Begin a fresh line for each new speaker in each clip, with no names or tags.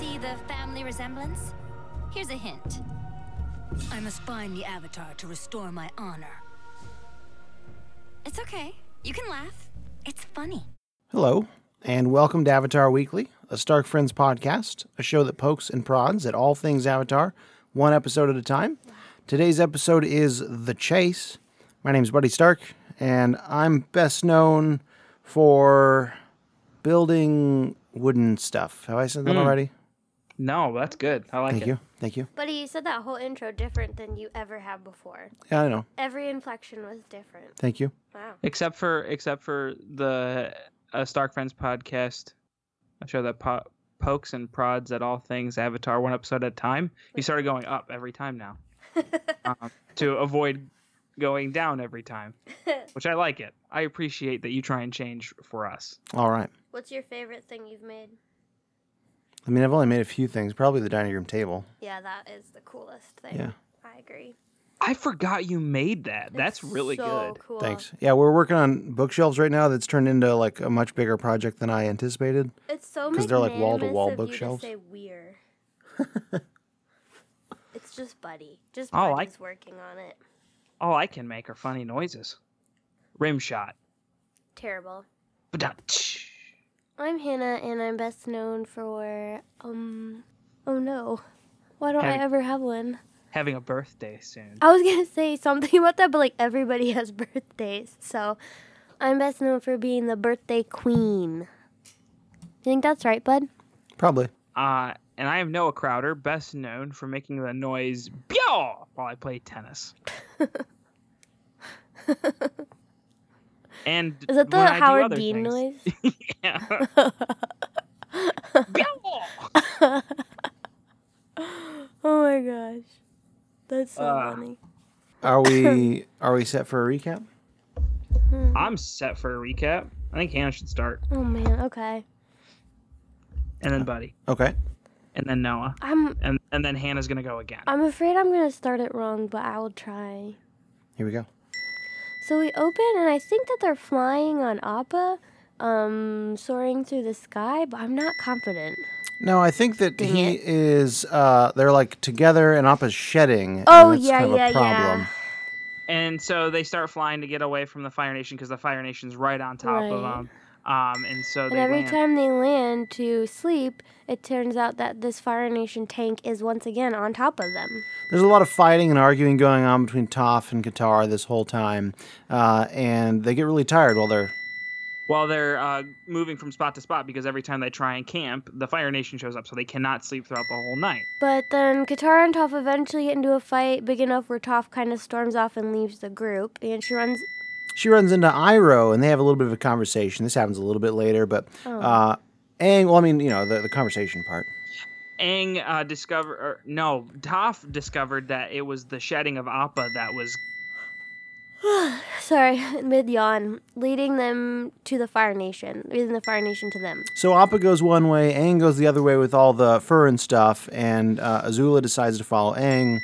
See the family resemblance? Here's a hint.
I must find the Avatar to restore my honor.
It's okay. You can laugh. It's funny.
Hello, and welcome to Avatar Weekly, a Stark Friends podcast, a show that pokes and prods at all things Avatar, one episode at a time. Today's episode is The Chase. My name's Buddy Stark, and I'm best known for building wooden stuff. Have I said that already?
No, that's good. I Hmm, like
Thank
it.
you. Thank you.
Buddy, you said that whole intro different than you ever have before.
Yeah, I know.
Every inflection was different.
Thank you.
Wow.
Except for except for the uh, Stark Friends podcast, a show that po- pokes and prods at all things Avatar one episode at a time. You started going up every time now, um, to avoid going down every time, which I like it. I appreciate that you try and change for us.
All right.
What's your favorite thing you've made?
I mean, I've only made a few things, probably the dining room table.
Yeah, that is the coolest thing.
Yeah.
I agree.
I forgot you made that. That's really
so
good.
cool.
Thanks. Yeah, we're working on bookshelves right now that's turned into like a much bigger project than I anticipated.
It's so
'Cause they're, like,
wall to
wall-to-wall
wall
bookshelves.
Say weird. it's just Buddy. Just
I
Buddy's
like-
working on it.
All I can make are funny noises. Rim shot.
Terrible.
Ba-da-tsh.
I'm Hannah, and I'm best known for um. Oh no, why don't
Having-
I ever have one?
Having a birthday soon.
I was gonna say something about that, but like everybody has birthdays, so I'm best known for being the birthday queen. You think that's right, bud?
Probably.
Uh, and I am Noah Crowder, best known for making the noise "byaw" while I play tennis. and
Is that the
when I do
Howard
other
Dean
things.
noise?
Yeah. Byaw!
Oh my gosh, that's so
Ah.
funny.
Are we are we set for a recap?
I'm set for a recap. I think Hannah should start,
Oh man, okay.
and then Buddy,
Okay.
and then Noah,
I'm
and and then Hannah's gonna go again.
I'm afraid I'm gonna start it wrong, but I will try.
Here we go.
So we open, and I think that they're flying on Appa, um, soaring through the sky, but I'm not confident.
No, I think that
Dang
he
it.
is. Uh, they're like together, and Appa's shedding. and
Oh,
that's
yeah,
kind of a
yeah, yeah.
problem.
And so they start flying to get away from the Fire Nation because the Fire Nation's right on top of
Right.
them. Um, and so
And
they
every
land.
time they land to sleep, it turns out that this Fire Nation tank is once again on top of them.
There's a lot of fighting and arguing going on between Toph and Katara this whole time, uh, and they get really tired while they're.
while they're uh, moving from spot to spot because every time they try and camp, the Fire Nation shows up, so they cannot sleep throughout the whole night.
But then Katara and Toph eventually get into a fight big enough where Toph kind of storms off and leaves the group, and she runs.
She runs into Iroh, and they have a little bit of a conversation. This happens a little bit later, but.
Oh.
Uh, Aang, well, I mean, you know, the, the conversation part.
Aang uh, discover or, no, Toph discovered that it was the shedding of Appa that was
Sorry, mid yawn, leading them to the Fire Nation, leading the Fire Nation to them.
So Appa goes one way, Aang goes the other way with all the fur and stuff, and uh, Azula decides to follow Aang.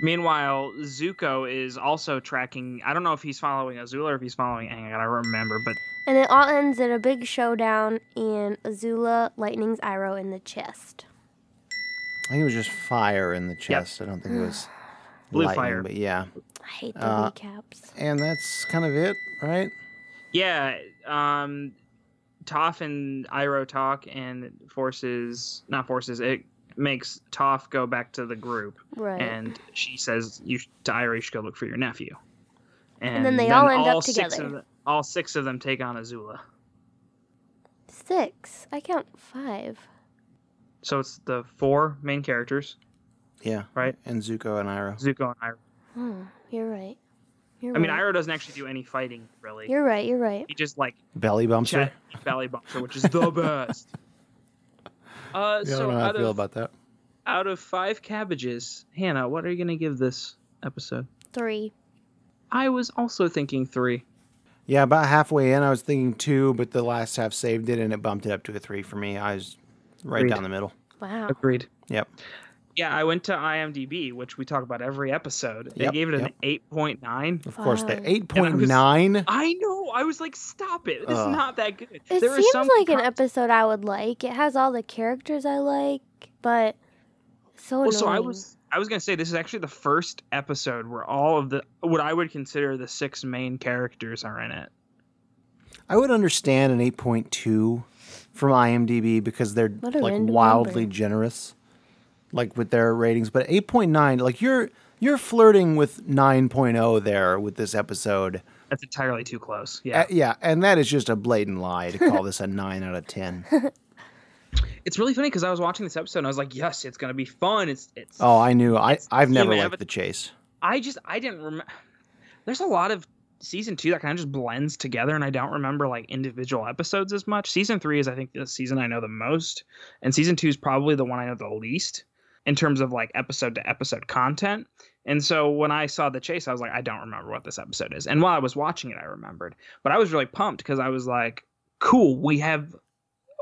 Meanwhile, Zuko is also tracking. I don't know if he's following Azula or if he's following Aang. I gotta remember, but
And it all ends in a big showdown and Azula lightnings Iroh in the chest.
I think it was just fire in the chest. I don't think it was
Blue
lightning,
fire.
but yeah.
I hate the
Uh,
recaps.
And that's kind of it, right?
yeah, um, Toph and Iroh talk and forces not forces it makes Toph go back to the group.
Right.
and she says you sh- to Ira, you should go look for your nephew. And,
then they all end up
six
together.
of the- all six of them take on Azula.
Six. I count five.
So it's the four main characters,
Yeah.
Right.
And Zuko and Iroh.
Zuko and Iroh.
Hmm, you're right. You're
I mean,
right.
Iroh doesn't actually do any fighting really.
Mm-hmm. You're right. You're right.
He just like
Belly bumps her.
chat belly bumps her, which is the best. Uh,
Yeah, I
so
don't know how I
out
feel
of,
about that.
out of five cabbages, Hannah, what are you gonna give this episode?
Three.
I was also thinking three.
Yeah, about halfway in, I was thinking two, but the last half saved it, and it bumped it up to a three for me. I was right
Agreed.
down the middle.
Wow.
Agreed.
Yep.
Yeah, I went to IMDb, which we talk about every episode. They
Yep,
gave it an
yep.
8.9.
Of course, the
Fine.
eight point nine.
I know. I was like, stop it. It's
Ugh.
not that good.
It
there are
seems
some
like an
pro-
episode I would like. It has all the characters I like, but so
Well,
annoying.
so I was I was gonna say this is actually the first episode where all of the what I would consider the six main characters are in it.
I would understand an eight point two from IMDb because they're
What a
like
random
wildly
number.
generous, like with their ratings. But eight point nine, like you're you're flirting with 9.0 there with this episode.
That's entirely too close. Yeah,
Uh, yeah, and that is just a blatant lie to call this a 9 out of 10.
it's really funny because I was watching this episode and I was like, yes, it's gonna be fun. It's it's.
Oh, I knew. I, I've
Team
never liked
Avatar.
the chase.
I just I didn't remember. There's a lot of season two that kind of just blends together, and I don't remember like individual episodes as much. Season three is I think the season I know the most, and season two is probably the one I know the least in terms of like episode to episode content. And so when I saw the chase, I was like, I don't remember what this episode is. And while I was watching it, I remembered. But I was really pumped because I was like, cool, we have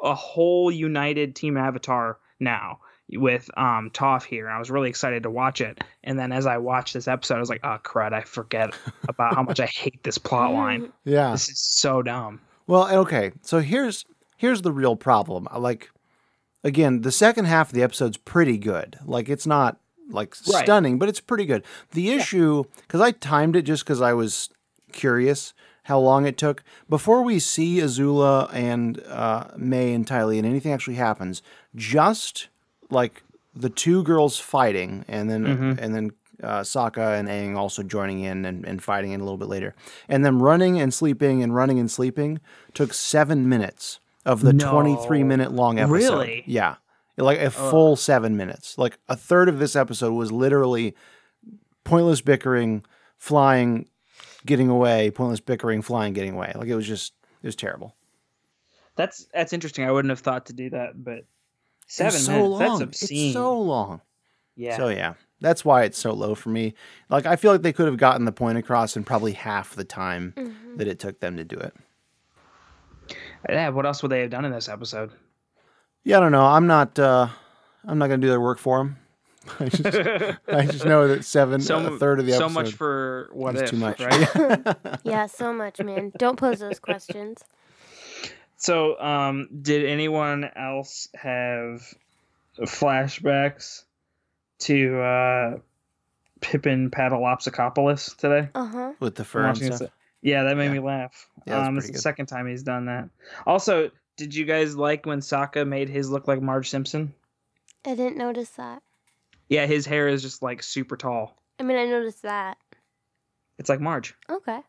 a whole united team avatar now with um Toph here. And I was really excited to watch it. And then as I watched this episode, I was like, oh crud, I forget about how much I hate this plot line.
Yeah.
This is so dumb.
Well, and okay. So here's here's the real problem. I Like again, the second half of the episode's pretty good. Like it's not like
Right.
stunning, but it's pretty good. The issue cuz I timed it just cuz I was curious how long it took before we see Azula and uh, May and Tylee and anything actually happens. Just like the two girls fighting and then and then uh, Sokka and Aang also joining in and, and fighting in a little bit later. And them running and sleeping and running and sleeping took seven minutes of the
No.
23 minute long episode.
Really?
Yeah. Like a full seven minutes. Like a third of this episode was literally pointless bickering, flying, getting away, pointless bickering, flying, getting away. Like it was just, it was terrible.
That's that's interesting. I wouldn't have thought to do that, but
It was
seven
so
minutes.
long.
That's obscene.
It's so long.
yeah.
So yeah, that's why it's so low for me. Like I feel like they could have gotten the point across in probably half the time
Mm-hmm.
that it took them to do it.
yeah. What else would they have done in this episode?
Yeah, I don't know. I'm not. Uh, I'm not gonna do their work for them. I just, I just know that seven, a third of the
so
episode.
much for what
is
if,
too much.
right?
yeah, so much, man. Don't pose those questions.
So, um, did anyone else have flashbacks to uh, Pippin Padalopsicopolis today?
Uh huh.
with the
From
fur and
watching this-
stuff.
Yeah, that made
Yeah.
me laugh.
Yeah, that's
um, it's
pretty
the
good.
second time he's done that. Also, did you guys like when Sokka made his look like Marge Simpson?
I didn't notice that.
Yeah, his hair is just like super tall.
I mean, I noticed that.
It's like Marge.
Okay.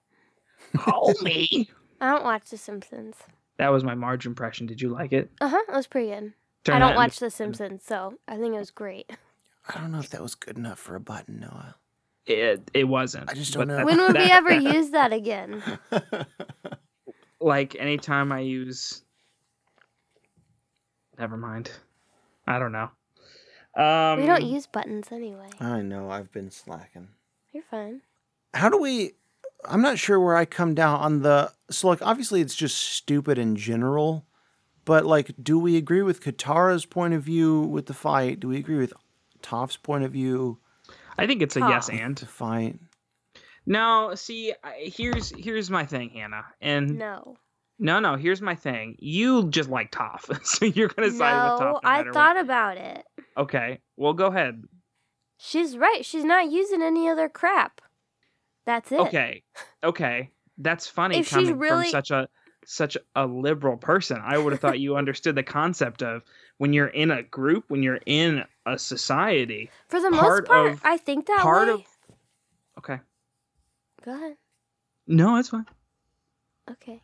Call me.
I don't watch The Simpsons.
That was my Marge impression. Did you like it?
Uh huh. It was pretty good.
Turn that
I don't
into-
watch The Simpsons, so I think it was great.
I don't know if that was good enough for a button, Noah.
It, it wasn't.
I just don't
But
know.
that-
When would we
that-
ever use that again?
like anytime I use never mind. I don't know. Um
we don't use buttons anyway.
I know. I've been slacking.
You're fine.
how do we i'm not sure where i come down on the so like obviously it's just stupid in general but like do we agree with katara's point of view with the fight do we agree with toph's point of view
I think it's a yes and.
to fight
No, see, I, here's here's my thing, Hannah. And no.
No.
no, here's my thing. You just like Toph. so you're going to side with Toph.
No,
no
I
matter what.
thought about it.
Okay. Well, go ahead.
She's right. She's not using any other crap. That's it.
Okay. Okay. That's funny
If she's
coming
really-
from such a such a liberal person. I would have thought you understood the concept of when you're in a group, when you're in a society.
For the
Part
most part,
of-
I think that
part
way.
of Okay.
Go ahead.
No, it's fine.
Okay.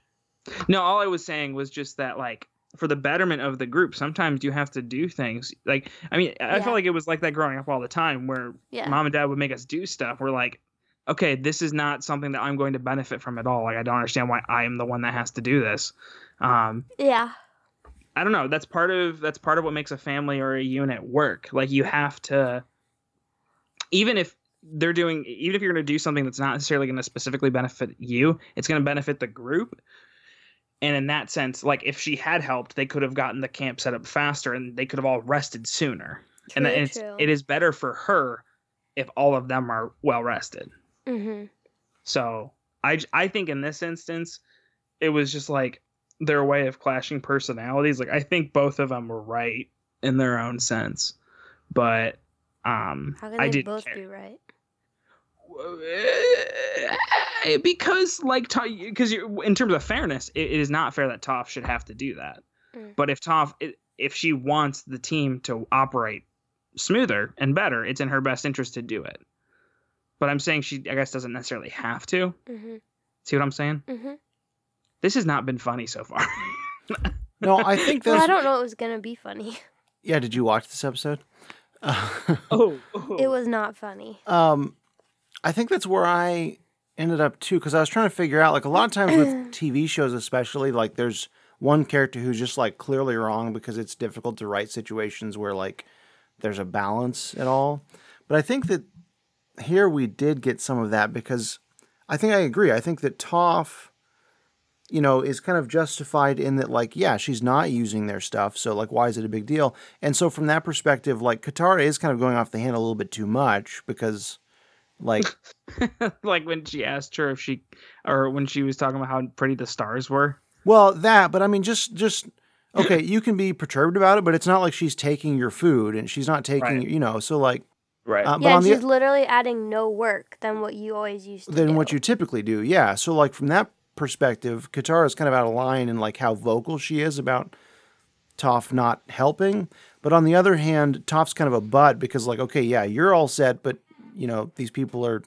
No, all I was saying was just that like for the betterment of the group, sometimes you have to do things. Like I mean, I
Yeah.
feel like it was like that growing up all the time where
Yeah.
mom and dad would make us do stuff. We're like, okay, this is not something that I'm going to benefit from at all. Like I don't understand why I am the one that has to do this. Um,
Yeah.
I don't know. That's part of that's part of what makes a family or a unit work. Like you have to, even if they're doing, even if you're going to do something that's not necessarily going to specifically benefit you, it's going to benefit the group. And in that sense, like if she had helped, they could have gotten the camp set up faster and they could have all rested sooner. and
True,
it's
true.
it is better for her if all of them are well rested.
Mm-hmm.
So I j- I think in this instance, it was just like their way of clashing personalities. Like I think both of them were right in their own sense, but um,
How can
I
they
didn't
both
care.
be right?
Eh, because like because you in terms of fairness it, it is not fair that toff should have to do that
Mm.
but if toff i- if she wants the team to operate smoother and better it's in her best interest to do it but i'm saying she i guess doesn't necessarily have to
Mm-hmm.
see what i'm saying
Mm-hmm.
this has not been funny so far
No, I think
Well, I
that's.
don't know it was gonna be funny.
yeah, did you watch this episode? Uh,
oh,
It was not funny.
um, I think that's where I ended up too, because I was trying to figure out. Like a lot of times with TV shows, especially, like there's one character who's just like clearly wrong because it's difficult to write situations where like there's a balance at all. But I think that here we did get some of that because I think I agree. I think that Toph, you know, is kind of justified in that, like, yeah, she's not using their stuff. So, like, why is it a big deal? And so, from that perspective, like, Katara is kind of going off the handle a little bit too much because, like,
like when she asked her if she or when she was talking about how pretty the stars were
well, that, but I mean, just, just, okay, you can be perturbed about it, but it's not like she's taking your food and she's not taking,
Right.
you know, so, like,
right
uh, but
yeah,
on
and
the
she's literally adding no work than what you always used to
than
do.
what you typically do. Yeah. So like from that perspective, Katara is kind of out of line in like how vocal she is about Toph not helping. But on the other hand, Toph's kind of a butt because like, okay, yeah, you're all set, but you know, these people are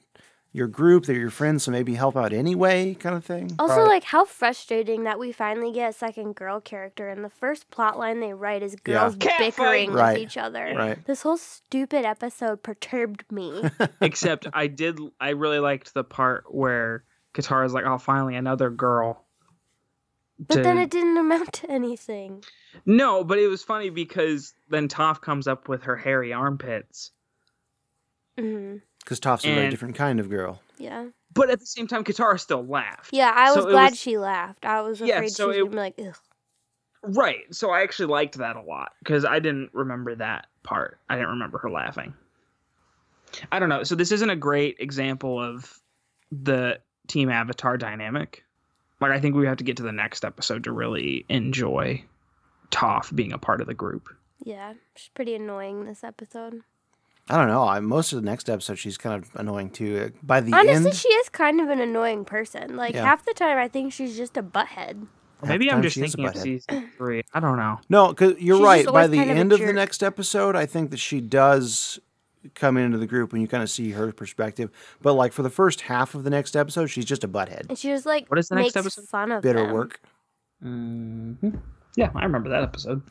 your group, they're your friends, so maybe help out anyway, kind of thing.
Also, like how frustrating that we finally get a second girl character, and the first plot line they write is
Yeah.
girls
Catfight.
bickering
Right.
with each other.
Right.
This whole stupid episode perturbed me.
Except I did. I really liked the part where Katara's like, "Oh, finally another girl."
But then
to-
it didn't amount to anything.
no, but it was funny because then Toph comes up with her hairy armpits,
hmm
Because Toph's a very
And-
different kind of girl.
Yeah.
but at the same time, Katara still laughed.
Yeah, I
So
was
it
glad
was-
she laughed. I was
Yeah,
afraid
so
she
it-
was gonna be like,
Right. So I actually liked that a lot because I didn't remember that part. I didn't remember her laughing. I don't know. So this isn't a great example of the team avatar dynamic. Like I think we have to get to the next episode to really enjoy Toph being a part of the group.
Yeah, she's pretty annoying this episode.
I don't know. I, most of the next episode, she's kind of annoying too. Uh, By the
Honestly,
end,
she is kind of an annoying person. Like
Yeah.
half the time, I think she's just a butthead.
half
Maybe
the
I'm
time
just
she is a
thinking of
butthead.
season three. I don't know.
No, because you're
She's just
right. By
always
the
kind of a
end of the
jerk.
next episode, I think that she does come into the group and you kind of see her perspective. But like for the first half of the next episode, she's just a butthead.
And she just like
What is the next
makes
episode?
fun of
Bitter
them.
work. Mm-hmm.
Mhm. Yeah, I remember that episode.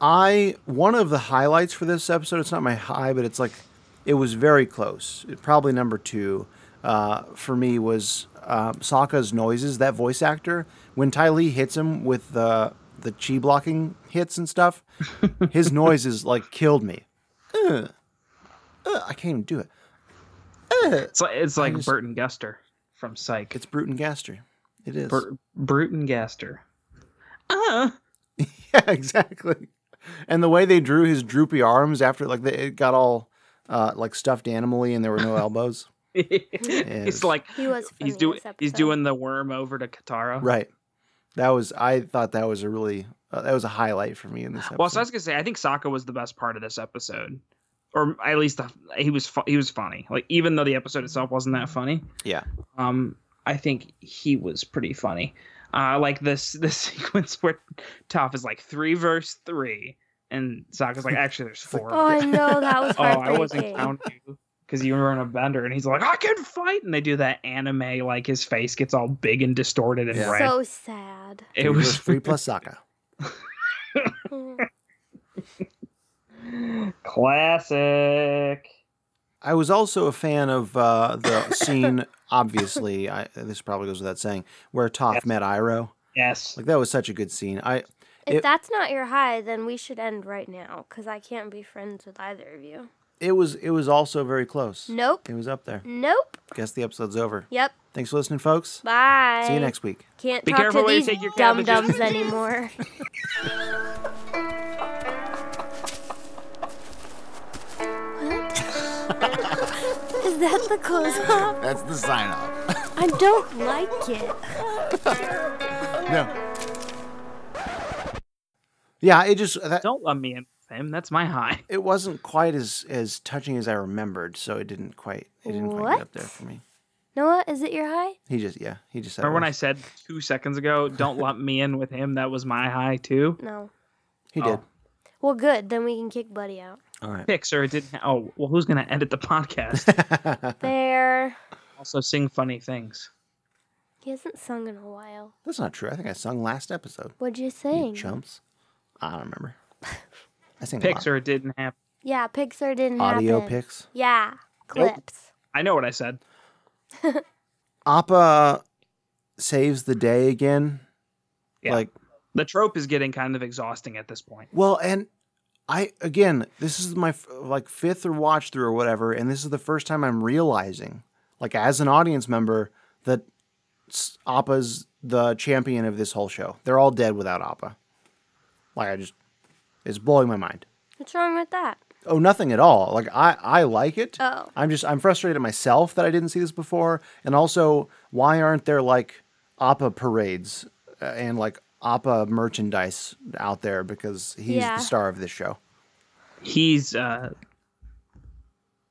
I one of the highlights for this episode. It's not my high, but it's like it was very close. Probably number two uh, for me was uh, Sokka's noises. That voice actor when Ty Lee hits him with the the chi blocking hits and stuff, his noises like killed me. Ugh. Ugh, I can't even do it.
It's like it's like Burton Guster from Psych.
It's Bruton Gaster. It is.
Bur- Burton Gaster. Uh,
yeah, exactly. And the way they drew his droopy arms after, like, they, it got all uh, like stuffed animally, and there were no elbows.
he's like
He was. Funny
he's doing
This
he's
episode.
doing the worm over to Katara.
Right. That was. I thought that was a really. Uh, that was a highlight for me in this episode.
Well, so I was gonna say I think Sokka was the best part of this episode, or at least the, he was fu- he was funny. Like even though the episode itself wasn't that funny,
yeah.
um, I think he was pretty funny. Uh, like this this sequence where Toph is like three verse three, and Sokka's like actually there's four.
Oh, I know that was
oh, I
heartbreaking.
wasn't counting you because you were on a bender, and he's like, I can fight, and they do that anime like his face gets all big and distorted and
Yeah.
red.
So sad.
it
Three versus
was
three plus Sokka.
Mm.
classic.
I was also a fan of uh, the scene. Obviously, I, this probably goes without saying, where Toph met Iroh.
Yes,
Like that was such a good scene. I
If
It-
that's not your high, then we should end right now because I can't be friends with either of you.
it was it was also very close.
Nope.
It was up there.
Nope.
Guess the episode's over.
Yep.
Thanks for listening, folks.
Bye.
See you next week.
Can't
Be
talk
careful
to
where you
these
take your
dum
cabbages.
dums anymore. Is that the close off?
That's the sign off.
I don't like it.
No.
Yeah, it just uh, that,
Don't love me and him. That's my high.
it wasn't quite as as touching as I remembered, so it didn't quite it didn't quite get up
What?
there for me.
Noah, is it your high?
He just yeah, he just said.
Remember when I
it was-
said two seconds ago, don't lump me in with him? That was my high too.
No.
he did.
Well, good. Then we can kick Buddy out.
All right.
Pick, sir. It didn't. ha- Oh, well, who's gonna edit the podcast?
There.
also, sing funny things.
He hasn't sung in a while.
That's not true. I think I sung last episode.
What'd you
You
sing?
chumps. I don't remember. I sang a
Pick,
lot.
sir. It didn't happen.
Yeah, Pixar didn't
audio
happen.
picks.
Yeah, clips.
I know what I said.
Appa saves the day again.
Yeah.
Like
The trope is getting kind of exhausting at this point.
Well, and I again, this is my f- like fifth or watch through or whatever, and this is the first time I'm realizing, like as an audience member, that s- Appa's the champion of this whole show. They're all dead without Appa. Like I just, it's blowing my mind.
What's wrong with that?
Oh, nothing at all. Like I, I like it.
Oh.
I'm just, I'm frustrated at myself that I didn't see this before, and also why aren't there like Appa parades uh, and like Appa merchandise out there because he's
Yeah.
the star of this show.
He's uh,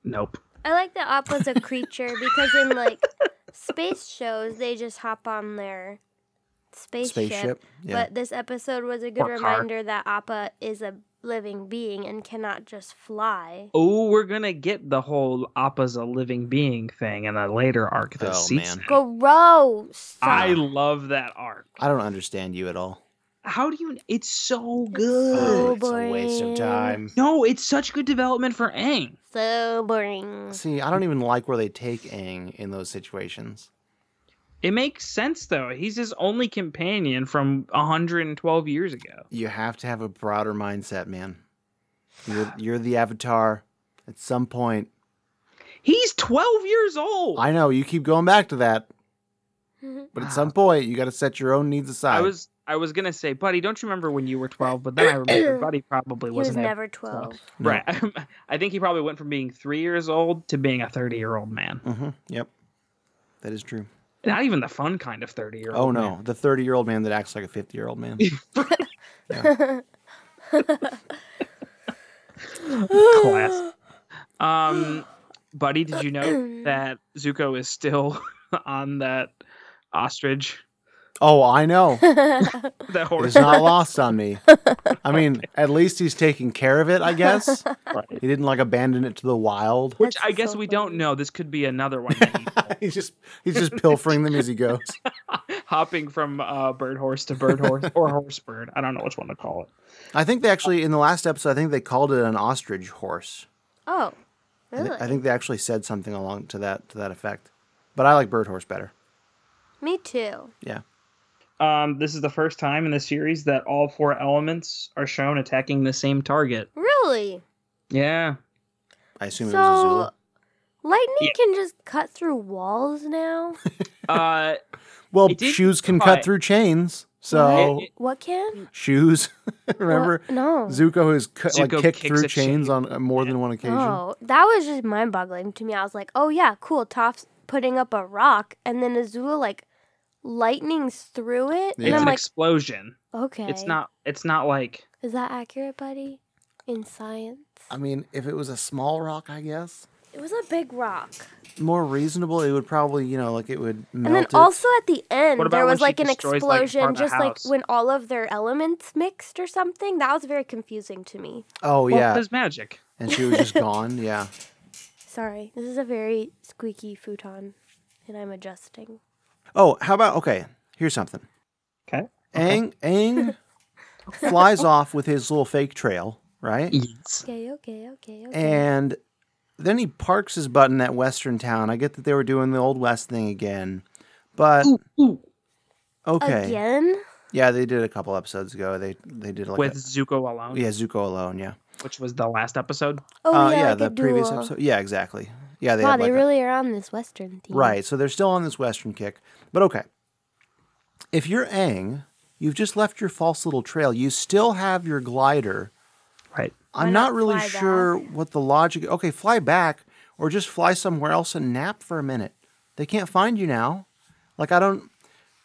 nope.
I like that Oppa's a creature because in like space shows they just hop on their spaceship.
Spaceship, yeah.
But this episode was a good
Or car.
reminder that Appa is a living being and cannot just fly.
Oh, we're gonna get the whole Appa's a living being thing in a later arc that
Oh,
seats
man. Ah.
it.
Gross.
I love that arc.
I don't understand you at all.
How do you? It's so good.
So it's a waste of boring. time.
No, it's such good development for Aang.
So boring.
See, I don't even like where they take Aang in those situations.
It makes sense though. He's his only companion from 112 years ago.
You have to have a broader mindset, man. You're, you're the avatar. At some point,
He's 12 years old.
I know you keep going back to that, but at some point, you got to set your own needs aside.
I was I was gonna say, buddy, don't you remember when you were 12? But then I remember, buddy probably
He was
wasn't.
never twelve.
Right. I think he probably went from being three years old to being a 30 year old man.
hmm Yep, that is true.
Not even the fun kind of 30 year
Oh
old.
no, the thirty-year-old man that acts like a fifty-year-old man.
Class. Um, buddy, did you know that Zuko is still on that ostrich?
Oh, I know.
That
It's
horse.
not lost on me. I mean, at least he's taking care of it, I guess. He didn't like abandon it to the wild.
Which
That's
I guess
so
we don't know. This could be another one. That he
he's just he's just pilfering them as he goes.
hopping from uh, bird horse to bird horse or horse bird. I don't know which one to call it.
I think they actually in the last episode, I think they called it an ostrich horse.
Oh,
I, thi-
really?
I think they actually said something along to that to that effect. But I like bird horse better.
Me too.
Yeah.
Um, this is the first time in the series that all four elements are shown attacking the same target.
Really?
Yeah,
I assume it was
So
Azula.
lightning
Yeah.
can just cut through walls now.
uh,
Well,
it did
shoes can
cut-
cut through chains. So
It- oh.
what can?
shoes. Remember
What? No.
Zuko has cu- like
Zuko
kicked
kicks
through
a
chains
chain.
on uh, more than one occasion.
Oh, that was just mind boggling to me. I was like, oh yeah, cool. Toph's putting up a rock, and then Azula like lightnings through it,
Yeah.
and
it's
I'm
an
like,
explosion.
okay,
It's not. It's not like
Is that accurate, buddy? In science,
I mean, if it was a small rock, I guess
it was a big rock,
more reasonable. It would probably, you know, like it would melt.
and then
it.
also at the end
What
there
about when
was
she
like an
destroys, like, part of
explosion,
the
just like
house?
when all of their elements mixed or something. That was very confusing to me.
oh
well,
yeah,
there's magic.
and she was just gone. Yeah.
Sorry, this is a very squeaky futon, and I'm adjusting.
Oh, how about okay? Here's something.
Okay.
Aang Aang flies off with his little fake trail, right?
Yes.
Okay, okay, okay, okay.
And then he parks his butt in that western town. I get that they were doing the old west thing again, but
Ooh,
okay,
Again?
yeah, they did a couple episodes ago. They they did like
with
a-
Zuko alone,
yeah Zuko alone, yeah,
which was the last episode.
Oh
Uh,
yeah,
yeah,
like
the
a
previous
duel.
episode, yeah, exactly, yeah, they
Wow,
had
they
like a-
really are on this Western theme.
Right. So they're still on this Western kick. But okay. If you're Aang, you've just left your false little trail. You still have your glider.
Right.
I'm not,
not
really
fly
sure what the logic. Okay, fly back. or just fly somewhere else and nap for a minute. They can't find you now. Like I don't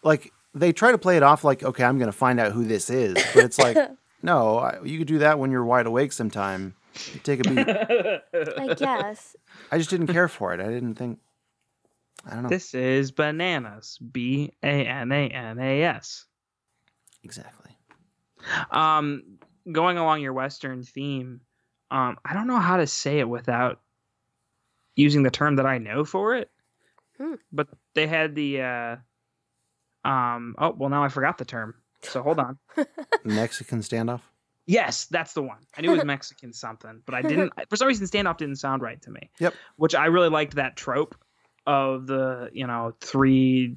like they try to play it off like okay, I'm going to find out who this is, but it's like no, I, you could do that when you're wide awake sometime. Take a beat.
I guess.
I just didn't care for it. I didn't think I don't know.
This is bananas. B A N A N A S.
exactly.
Um, going along your Western theme, um, I don't know how to say it without using the term that I know for it.
Hmm.
But they had the, uh, um, oh well, now I forgot the term. So hold on.
Mexican standoff.
Yes, that's the one. I knew it was Mexican something, but I didn't. For some reason, standoff didn't sound right to me.
Yep.
Which I really liked that trope of the you know three, you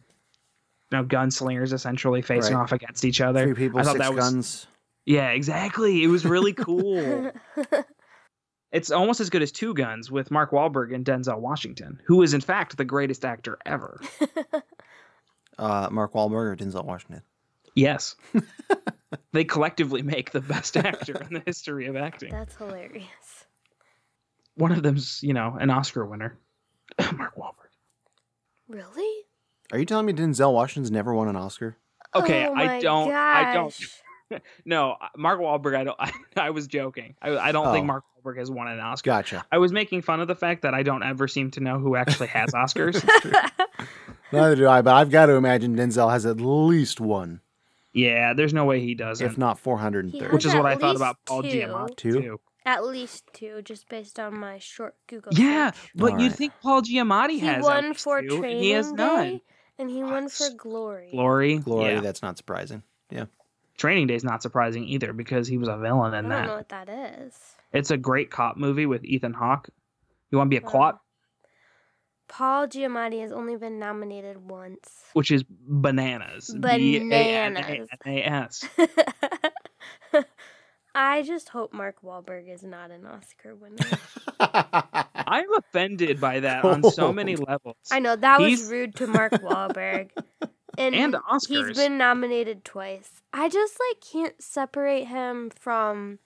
know, gunslingers essentially facing
Right.
off against each other.
Three people,
I thought
six
that was
guns.
yeah, exactly. It was really cool. it's almost as good as Two Guns with Mark Wahlberg and Denzel Washington, who is in fact the greatest actor ever.
Uh, Mark Wahlberg or Denzel Washington.
Yes. they collectively make the best actor in the history of acting.
That's hilarious.
One of them's, you know, an Oscar winner. Mark Wahlberg.
Really?
Are you telling me Denzel Washington's never won an Oscar?
Okay,
Oh
I
my
don't I don't
gosh.
No, uh, Mark Wahlberg I don't I, was joking. I, I don't
Oh.
think Mark Wahlberg has won an Oscar.
Gotcha.
I was making fun of the fact that I don't ever seem to know who actually has Oscars.
Neither do I, but I've got to imagine Denzel has at least one,
yeah, there's no way he doesn't.
if not
He
430.
has
Which is
at
what I thought
least
about Paul
two.
Giamatti
Two?
too.
At least two, just based on my short Google
Yeah,
search.
but
All
you'd
right.
think Paul Giamatti
He
has at
won
least
for
two,
training
and he has none.
day, and he won for
That's
glory.
Glory,
Glory,
yeah.
that's not surprising. Yeah.
Training Day's not surprising either because he was a villain
I
in
don't
that.
know what that is.
It's a great cop movie with Ethan Hawke. You want to be a
Wow.
cop,
Paul Giamatti has only been nominated once.
which is bananas.
Bananas.
B-A-N-A-N-A-S.
I just hope Mark Wahlberg is not an Oscar winner.
I'm offended by that on so many levels.
I know that
He's-
was rude to Mark Wahlberg.
And
He's
Oscars.
been nominated twice. I just like can't separate him from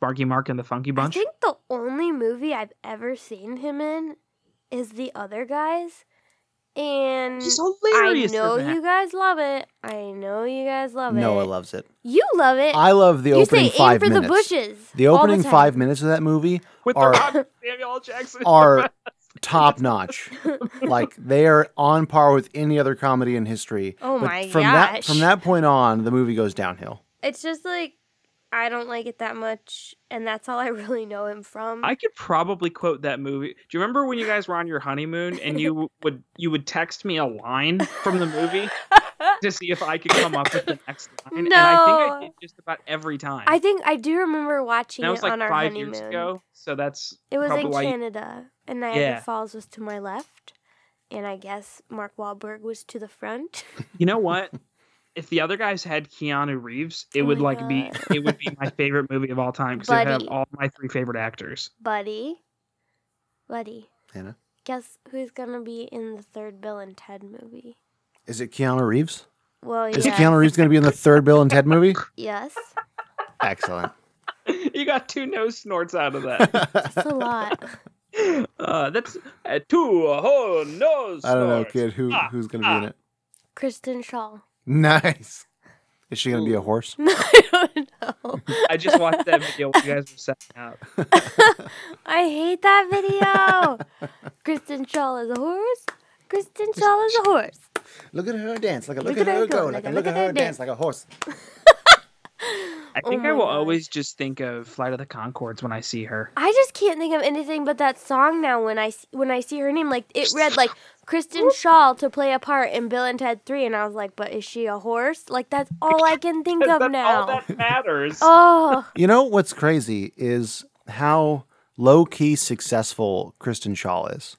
Barky Mark and the Funky
I
Bunch.
think the only movie I've ever seen him in is The Other Guys. And
He's
I
hilarious. in
know
that.
you guys love it. I know you guys love it.
Noah loves it.
You love it.
I love the
you
opening
say aim
five
for
minutes.
the bushes.
The
all
opening
time.
five minutes of that movie
with
are-
the Robert Samuel L. Jackson.
are top notch. like they are on par with any other comedy in history.
Oh
But
my
from That,
gosh.
from that point on, the movie goes downhill.
It's just like I don't like it that much, and that's all I really know him from.
I could probably quote that movie. Do you remember when you guys were on your honeymoon and you would you would text me a line from the movie to see if I could come up with the next line? And I think I
No.
did just about every time.
I think I do remember watching
and that was
it
like
on our
five
honeymoon.
years ago. So that's
It was
probably
in
why you-
Canada, and Niagara
Yeah.
Falls was to my left, and I guess Mark Wahlberg was to the front.
you know what? If the other guys had Keanu Reeves, it
Oh
would
my
like be it would be my favorite movie of all time because it would have
Buddy.
all my three favorite actors.
Buddy, buddy,
Hannah,
guess who's gonna be in the third Bill and Ted movie?
is it Keanu Reeves?
Well,
Is
yes.
Keanu Reeves going to be in the third Bill and Ted movie?
yes,
Excellent.
you got two nose snorts out of that.
that's a lot.
uh, that's uh, two whole nose.
I don't know,
snorts.
kid. Who
Ah,
who's going to be in it?
Kristen Shaw.
Nice. Is she going to be a horse?
No, I don't know.
I just watched that video when you guys were setting up.
I hate that video. Kristen Shaw is a horse. Kristen Shaw is a horse.
Look at her dance. Like a,
Look at her go, like a- look at her dance.
like a horse.
I
Oh
think I
my
will
gosh.
always just think of Flight of the Concords when I see her.
I just can't think of anything but that song now. When I s- when I see her name, like it read like Kristen Shaw to play a part in Bill and Ted Three, and I was like, but is she a horse? Like that's all I can think
That's
of
all
now.
that matters.
Oh,
You know what's crazy is how low key successful Kristen Shaw is.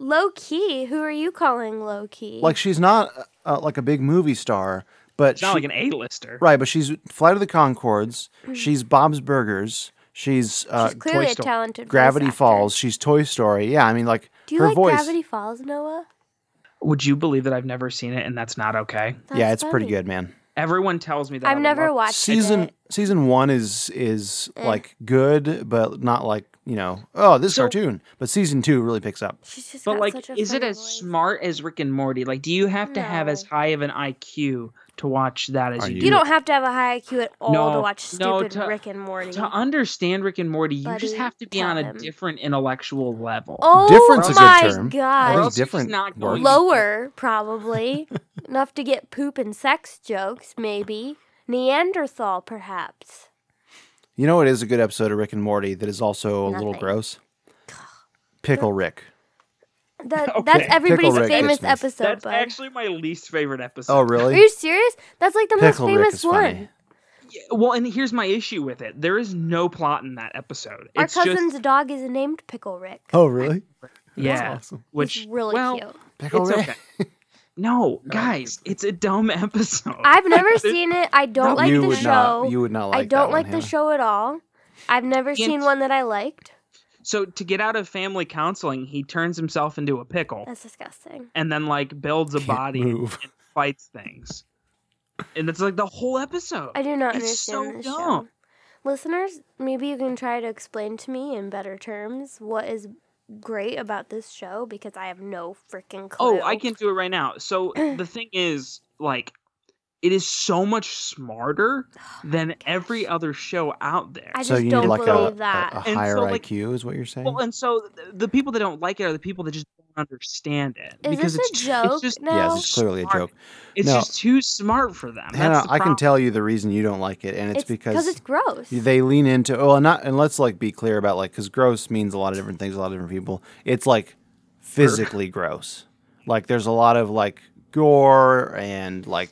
low key. Who are you calling low key?
Like she's not uh, like a big movie star, but
It's not
she-
like an A-lister.
right, but she's Flight of the Concords. She's Bob's Burgers. She's, uh,
Mm-hmm. she's clearly a
Story.
talented. voice
Gravity
actor.
Falls. She's Toy Story. Yeah, I mean like
Do you
her
like
voice.
Gravity Falls, Noah?
Would you believe that I've never seen it and that's not okay?
That's
yeah, it's pretty
funny.
good, man.
Everyone tells me that.
I've
I
never
love-
watched
season
it. Mm.
season one is is like good, but not like you know. Oh, this
So-
cartoon. But season two really picks up.
She's just
But
got
like,
such a
is it
funny
as
voice.
smart as Rick and Morty? Like, do you have to have as
No.
high of an IQ to watch that as
Are
you,
You
do?
don't have to have a high IQ at all to
No,
watch
no,
stupid
to-
Rick and Morty.
To understand Rick and Morty, you
Buddy,
just have to be
tell
on a
him.
different intellectual level.
oh
Difference is a good
my
term. I think
Or
god.
else you're just
different
not
works.
going-
Lower, probably. Enough to get poop and sex jokes, maybe. Neanderthal, perhaps.
You know, it is a good episode of Rick and Morty that is also a little
Nothing.
gross. Pickle Rick.
That,
Okay.
That's everybody's
Pickle Rick
famous
gets me.
episode,
That's
bud.
actually my least favorite episode.
Oh,
Are
really?
you serious? That's like the
Pickle Rick
most famous
is
one.
funny.
Yeah, Well, and here's my issue with it. There is no plot in that episode.
Our
it's
cousin's
just
dog is named Pickle Rick.
Oh, really?
yeah,
awesome.
which
He's really
well,
cute.
Pickle
It's
Rick.
okay. No, guys, it's a dumb episode.
I've never
There's-
seen it. I don't like
you
the
would
show.
not. You would not like.
I
that
don't
one,
like the
Hannah.
show at all. I've never
Can't-
seen one that I liked.
So to get out of family counseling, he turns himself into a pickle
That's disgusting.
and then like builds a
Can't
body
move.
and fights things. And it's like the whole episode.
I do not
It's so
understand this show.
dumb.
Listeners, maybe you can try to explain to me in better terms what is great about this show because I have no freaking clue.
Oh, I can do it right now. So the thing is, like, it is so much smarter than every other show out there.
Oh I
So
just
you
don't
need like a,
believe
a-
that.
a
so,
higher
like-
IQ, is what you're saying?
Well, and so th- the people that don't like it are the people that just don't understand it
Is
because
this
it's
a
ju- it's
joke
just
now?
too
Yes,
it's clearly a
smart.
joke.
It's
No.
just too smart for them.
Hannah,
That's the
I can
problem.
tell you the reason you don't like it, and it's, because
it's gross.
they lean into oh and not and let's like be clear about like because gross means a lot of different things to a lot of different people it's like physically gross like there's a lot of like gore and like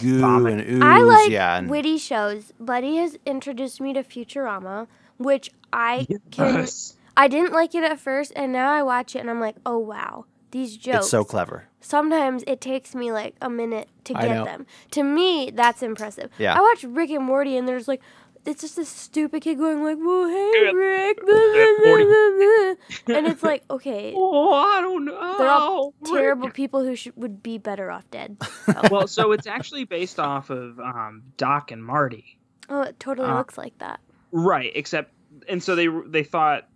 goo and ooze
I like
yeah and
witty shows. Buddy has introduced me to Futurama, which I can.
Yes.
I didn't like it at first, and now I watch it and I'm like, oh wow, these jokes.
it's so clever
sometimes it takes me like a minute to
I know.
get them. To me, that's impressive.
Yeah.
I watch Rick and Morty, and there's like, it's just this stupid kid going like, "Well, hey Rick," blah, blah, blah,
Morty.
blah, blah. and it's like, okay,
Oh, I don't know.
they're all terrible people who should, would be better off dead. So,
well, so it's actually based off of um, Doc and Marty,
oh, it totally
Uh,
looks like that.
right? Except, and so they they thought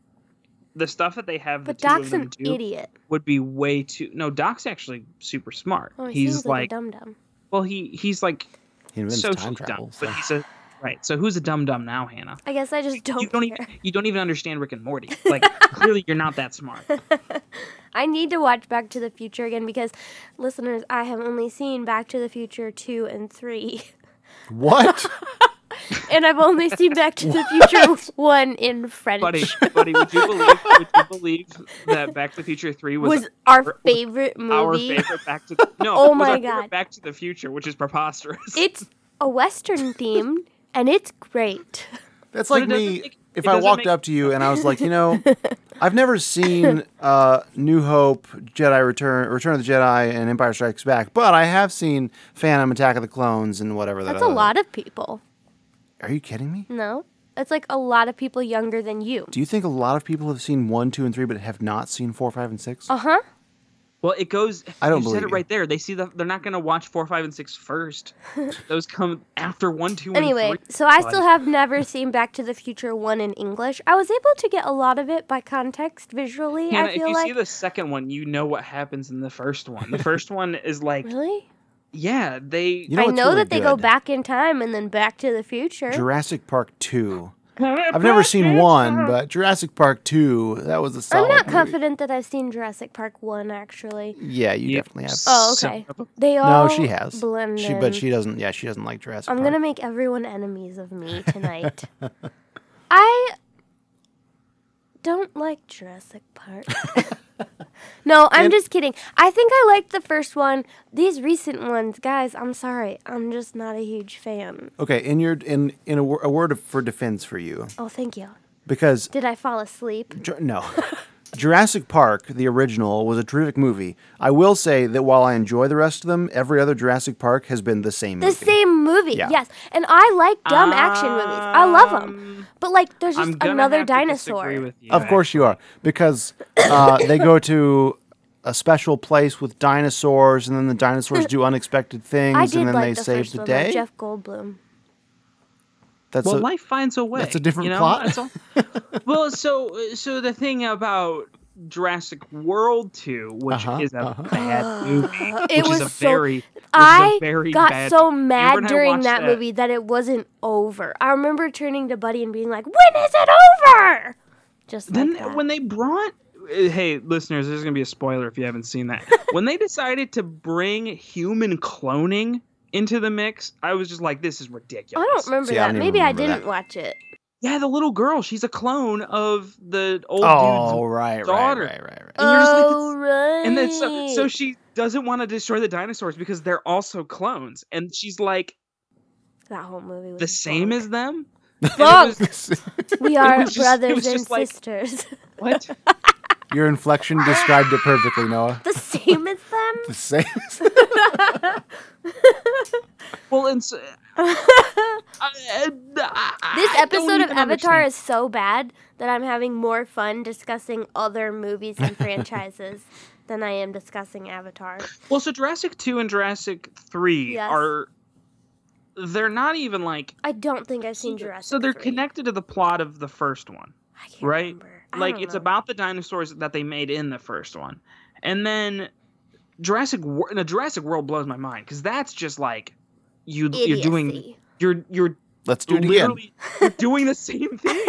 the stuff that they have the
But
two
Doc's
of them
an
do
idiot.
would be way too. No, Doc's actually super smart.
Oh, he
he's
seems like,
like,
a dum dum.
well, he he's like
he invents
socially
time
dumb,
travel
but he's a right. So who's a dumb dumb now, Hannah?
I guess I just don't,
you don't e
care.
even you don't even understand Rick and Morty. Like clearly you're not that smart.
I need to watch Back to the Future again because, listeners, I have only seen Back to the Future two and three.
what
and I've only seen Back to the Future one in French.
Buddy, buddy, would you believe would you believe that Back to the Future 3 was,
was, our
was
favorite
our
movie.
favorite Back to the No,
Oh
was
my
our favorite
God.
Back to the Future, which is preposterous.
It's a western themed, and it's great.
that's
But it
like
doesn't
me
make-
if
it
i
doesn't
walked
make-
up to you and i was like you know i've never seen uh new hope jedi return return of the jedi and empire strikes back but i have seen phantom attack of the clones and whatever that
That's a
other-
lot of people.
are you kidding me
No, that's like a lot of people younger than you.
Do you think a lot of people have seen one, two, and three, but have not seen four, five, and six?
Uh huh.
well, it goes
I don't
you said
believe
it
you.
right there. They see the they're not going to watch 4, 5 and 6 first. Those come after 1, 2
Anyway,
and 3.
so I still have never seen Back to the Future one in English. I was able to get a lot of it by context visually.
Hannah,
I
if
feel
you
like
see the second one, you know what happens in the first one. The first one is like,
really.
yeah, they.
You know
I
what's
know
really
that they go
good?
back in time and then back to the future.
Jurassic Park two. I've never seen one, but Jurassic Park two. That was a
I'm
solid.
not
movie.
confident that I've seen Jurassic Park one actually.
Yeah, you,
You
definitely have.
Oh,
son
okay.
of a-
They all
uh, No, she has.
Blend
She,
in.
but she doesn't. Yeah, she doesn't like Jurassic.
Oh, I'm
Park.
gonna make everyone enemies of me tonight. I don't like Jurassic Park. no, I'm just kidding. I think I liked the first one. These recent ones, guys. I'm sorry. I'm just not a huge fan.
Okay, in your in in a, wor- a word of, for defense for you
Oh, thank you.
because
Did I fall asleep?
Ju- no. Jurassic Park, the original, was a terrific movie. I will say that while I enjoy the rest of them, every other Jurassic Park has been the same.
The
movie.
same movie,
Yeah.
yes. And I like dumb action movies. I love
Um,
them. But like, there's
I'm
just
gonna
another
have to
dinosaur.
disagree with you,
Of course you are, because uh, they go to a special place with dinosaurs, and then the dinosaurs do unexpected things,
I did
and then
like
they
the
save
first
the
one
day.
With Jeff Goldblum.
That's
well,
a-
life finds a way.
that's a different
you know?
plot.
That's all. well, so so the thing about Jurassic World Two, which
Uh-huh,
is a
uh-huh.
bad movie,
It
which
was
is a
so-
very, which is a
I
very
got
bad-
so
Amber and
mad
I
during
watched
that, movie that it wasn't over. I remember turning to Buddy and being like, "When is it over?" Just
Then
like that.
when they brought, eh, hey listeners, there's gonna be a spoiler if you haven't seen that. when they decided to bring human cloning into the mix, I was just like, this is
I
ridiculous.
don't remember
See, I
that.
don't even
Maybe
remember
I
that.
didn't watch it.
Yeah, the little girl, she's a clone of the old
oh,
dude's
right, right,
daughter.
right, right, right.
And you're just like,
oh right.
And then so, so she doesn't want to destroy the dinosaurs because they're also clones. And she's like
that whole movie was
the same
bonk.
as them.
Bonk.
And it was-
we are
was just- it was
brothers and
just like-
sisters.
what?
Your inflection described it perfectly, Noah.
the same as them.
The same.
Well, and so, I- I- I-
This
I don't
episode of
even
Avatar
understand.
is so bad that I'm having more fun discussing other movies and franchises than I am discussing Avatar.
Well, so Jurassic 2 and Jurassic 3
Yes.
are. They're not even like.
I don't think I've seen Jurassic.
so they're
3.
connected to the plot of the first one.
I can't
right?
remember. I
like
don't
it's
know.
about the dinosaurs that they made in the first one, and then Jurassic World. No, Jurassic World blows my mind because that's just like you you're doing
Idiocy.
you're you're
Let's do it again.
literally you're doing the same thing.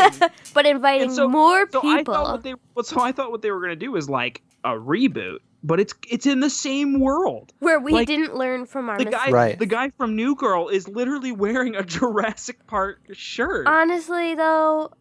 but inviting
And so-
more
so I thought
people.
what they well, so I thought what they were gonna do is like a reboot, but it's it's in the same world.
Where we
like,
didn't learn from our
The
mistakes.
guy,
Right.
the guy from New Girl, is literally wearing a Jurassic Park shirt.
Honestly, though,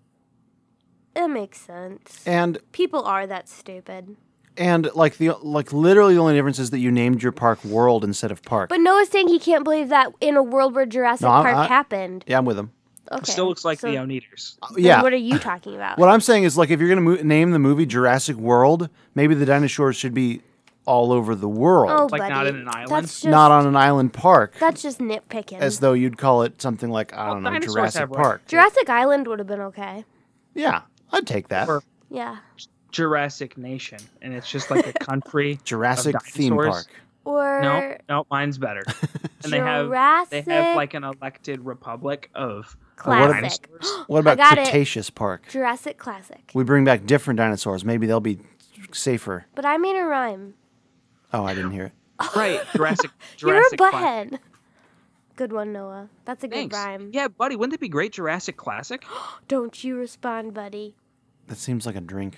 it makes sense.
And
People are that stupid.
and like the like literally the only difference is that you named your park World instead of Park.
But Noah's saying he can't believe that in a world where Jurassic
No, I-
Park
I-
happened.
yeah, I'm with him.
Okay.
Still looks like
so
the Oneaters.
then
yeah.
What are you talking about?
What I'm saying is like if you're gonna mo- name the movie Jurassic World, maybe the dinosaurs should be all over the world,
oh,
Like,
buddy.
not in an island?
That's just,
not on an island park,
That's just nitpicking.
as though you'd call it something like I
Well,
don't know
dinosaurs
Jurassic
have rights.
Park.
Jurassic Island would have been okay.
Yeah, I'd take that.
Or-
Yeah.
Jurassic Nation, and it's just like a country.
Jurassic theme park.
dinosaurs.
Or
no, no, mine's better. And they have they
Er, Jurassic.
have like an elected republic of
Classic.
dinosaurs.
What about
I got it.
Cretaceous Park?
Jurassic Classic.
We bring back different dinosaurs. Maybe they'll be safer.
But I made a rhyme.
Oh, I didn't hear it.
right. Jurassic.
You're a
Jurassic Classic.
butthead. Good one, Noah. That's a good
Thanks.
rhyme.
Yeah, buddy, wouldn't it be great Jurassic Classic?
Don't you respond, buddy.
That seems like a drink.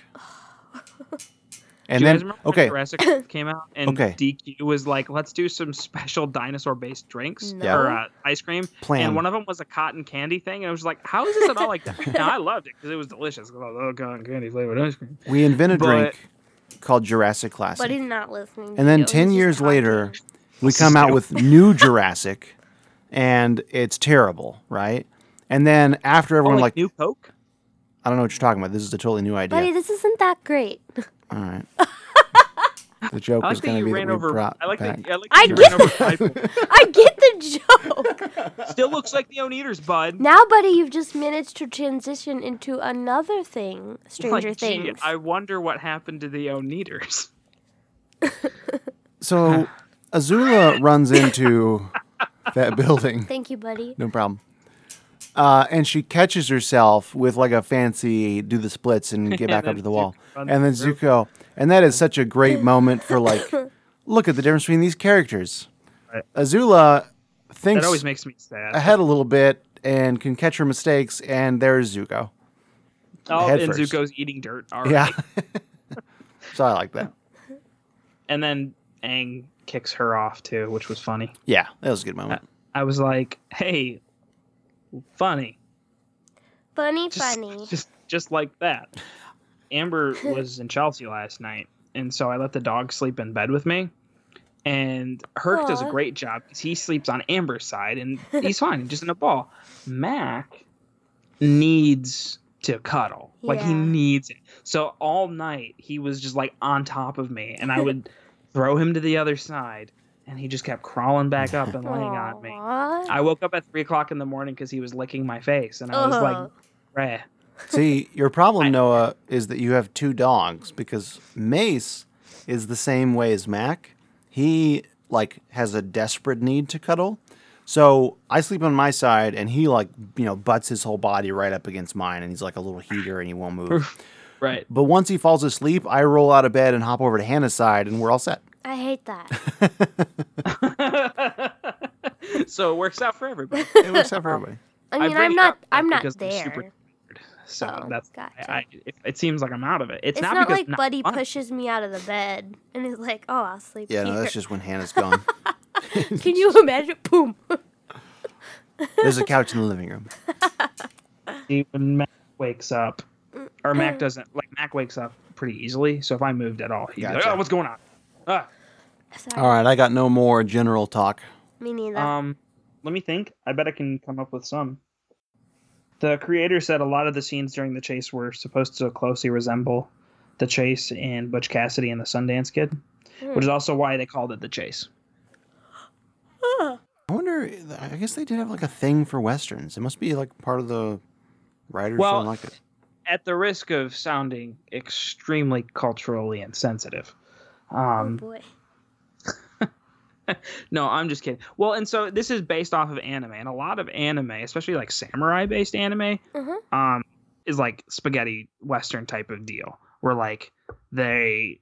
And
Do you guys
then
remember when
okay,
Jurassic came out and
Okay.
DQ was like, let's do some special dinosaur based drinks
No.
or uh, ice cream.
Plan.
And one of them was a cotton candy thing, and I was like, how is this at all like that? now I loved it because it was delicious. 'cause I love cotton candy flavored ice cream.
we invent a
but-
drink called Jurassic Classic.
But he's not listening. to
and then
you.
10
He's just
years later,
talking.
we come out with new Jurassic and it's terrible, right? And then after
Oh,
everyone
like,
like,
new Coke.
I don't know what you're talking about. This is a totally new idea.
Buddy, this isn't that great.
All right. the joke
I
was
like that
going to
you
be that
ran
we
over.
brought
I like
back.
that. I like
I
that you ran over Eiffel.
I get the joke.
Still looks like the Oneaters, bud.
now, buddy, you've just managed to transition into another thing, Stranger
like, gee,
Things.
I wonder what happened to the Oneaters.
So Azula runs into that building.
Thank you, buddy.
No problem. Uh, and she catches herself with like a fancy do the splits and get back up
then
to the wall.
Zuko runs
and then
through.
Zuko. And that is such a great moment for like, look at the difference between these characters.
Right.
Azula thinks
That always makes me sad.
ahead a little bit and can catch her mistakes. And there's Zuko.
oh,
head
and
first.
Zuko's eating dirt. All right.
Yeah. so I like that.
And then Aang kicks her off too, which was funny.
Yeah, that was a good moment.
I was like, hey, funny.
Funny,
Just,
funny.
Just, just like that. Amber was in Chelsea last night, and so I let the dog sleep in bed with me. And Herc does a
Aw.
great job because he sleeps on Amber's side, and he's fine, just in a ball. Mac needs to cuddle, like he
Yeah.
needs it. So all night he was just like on top of me, and I would throw him to the other side, and he just kept crawling back up and laying on me.
Aw.
I woke up at three o'clock in the morning because he was licking my face, and I was like,
Ugh.
"Rah."
See, your problem, Noah, is that you have two dogs because Mace is the same way as Mac. He like has a desperate need to cuddle. So I sleep on my side and he like, you know, butts his whole body right up against mine and he's like a little heater and he won't move.
Right.
But once he falls asleep, I roll out of bed and hop over to Hannah's side and we're all set.
I hate that.
So it works out for everybody.
Oh,
It works out for everybody.
I mean,
bring
I'm
it
not.
up
I'm not
because I'm
there.
super So
Oh,
that's
gotcha.
I, I, it, it seems like I'm out of it. It's,
it's
not,
not,
because
like
I'm not
Buddy
on it.
pushes me out of the bed and is like, "Oh, I'll sleep
Yeah,
here."
no, that's just when Hannah's gone.
Can you imagine? Boom.
There's a couch in the living room.
See, when Mac wakes up, or Mac doesn't like Mac wakes up pretty easily. So if I moved at all, he'd be like,
Gotcha.
"Oh, what's going on?" Ah,
Sorry.
All right, I got no more general talk.
Me neither.
um, let me think. I bet I can come up with some. The creator said a lot of the scenes during the chase were supposed to closely resemble the chase in Butch Cassidy and the Sundance Kid, which is also why they called it the chase.
I wonder. I guess they did have like a thing for westerns. It must be like part of the writers
Well,
well, like it.
At the risk of sounding extremely culturally insensitive, um,
oh boy.
No, I'm just kidding. Well, and so this is based off of anime, and a lot of anime, especially like samurai-based anime,
Mhm.
um, is like spaghetti western type of deal, where like they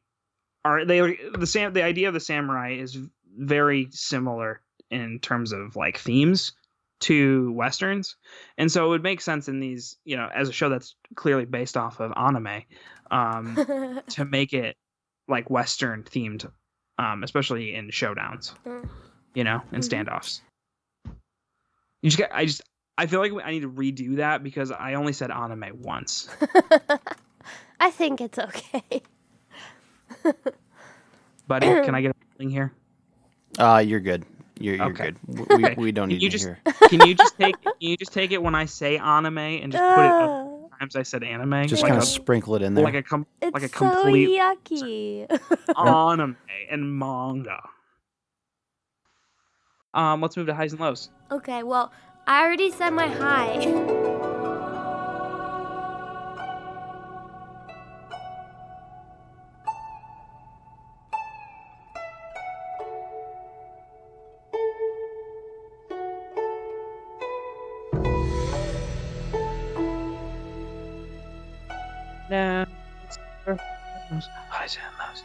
are they the sam the idea of the samurai is very similar in terms of like themes to westerns, and so it would make sense in these, you know, as a show that's clearly based off of anime, um, to make it like western themed, um, especially in showdowns
Mm.
you know, and
Mm-hmm.
standoffs. You just got, I just, I feel like I need to redo that because I only said anime once.
I think it's okay.
Buddy, can I get a thing here?
Uh, you're good. You're, you're
Okay.
good. W- We,
Okay.
we don't
Can
need
you
to
just-
hear.
Can you just take, can you just take it when I say anime and just put it up
Ugh,
times I said anime,
Just
like
kind
a,
of sprinkle it in there.
like a com-
it's
like a
so
complete
yucky.
anime and manga. Um, let's move to highs and lows.
okay, well, I already said my high.
Now it's time for highs and lows.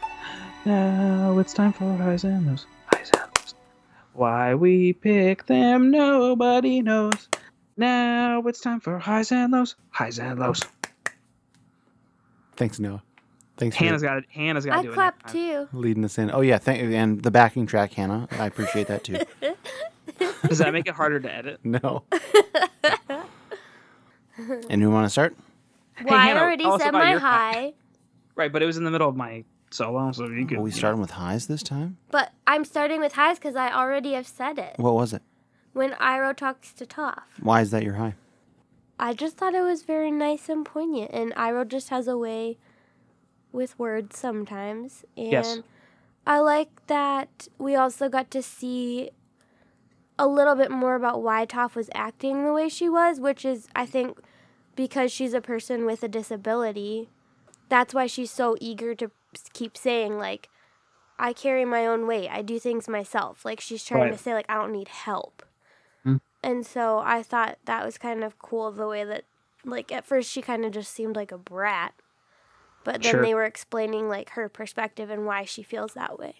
Now it's time for highs and lows. Highs and lows. Why we pick them, nobody knows. Now it's time for highs and lows. Highs and lows.
Thanks, Noah. Thanks
Hannah's got it. Hannah's got
I
to do it.
clapped
next time.
too.
for leading us in. Oh yeah, thank and the backing track, Hannah. I appreciate that too.
Does that make it harder to edit?
no. and who want to start?
well,
Hannah,
I already
tell us
said
about
my
your high.
high,
Right, but it was in the middle of my solo, so you could.
Are we
you know.
starting with highs this time?
but I'm starting with highs because I already have said it.
What was it?
When Iroh talks to Toph.
Why is that your high?
I just thought it was very nice and poignant. And Iro just has a way with words sometimes. And
Yes.
I like that we also got to see a little bit more about why Toph was acting the way she was, which is, I think, because she's a person with a disability. That's why she's so eager to s- keep saying, like, I carry my own weight. I do things myself. Like, she's trying
Right.
to say, like, I don't need help.
Mm.
And so I thought that was kind of cool the way that like at first she kind of just seemed like a brat but then
Sure.
they were explaining like her perspective and why she feels that way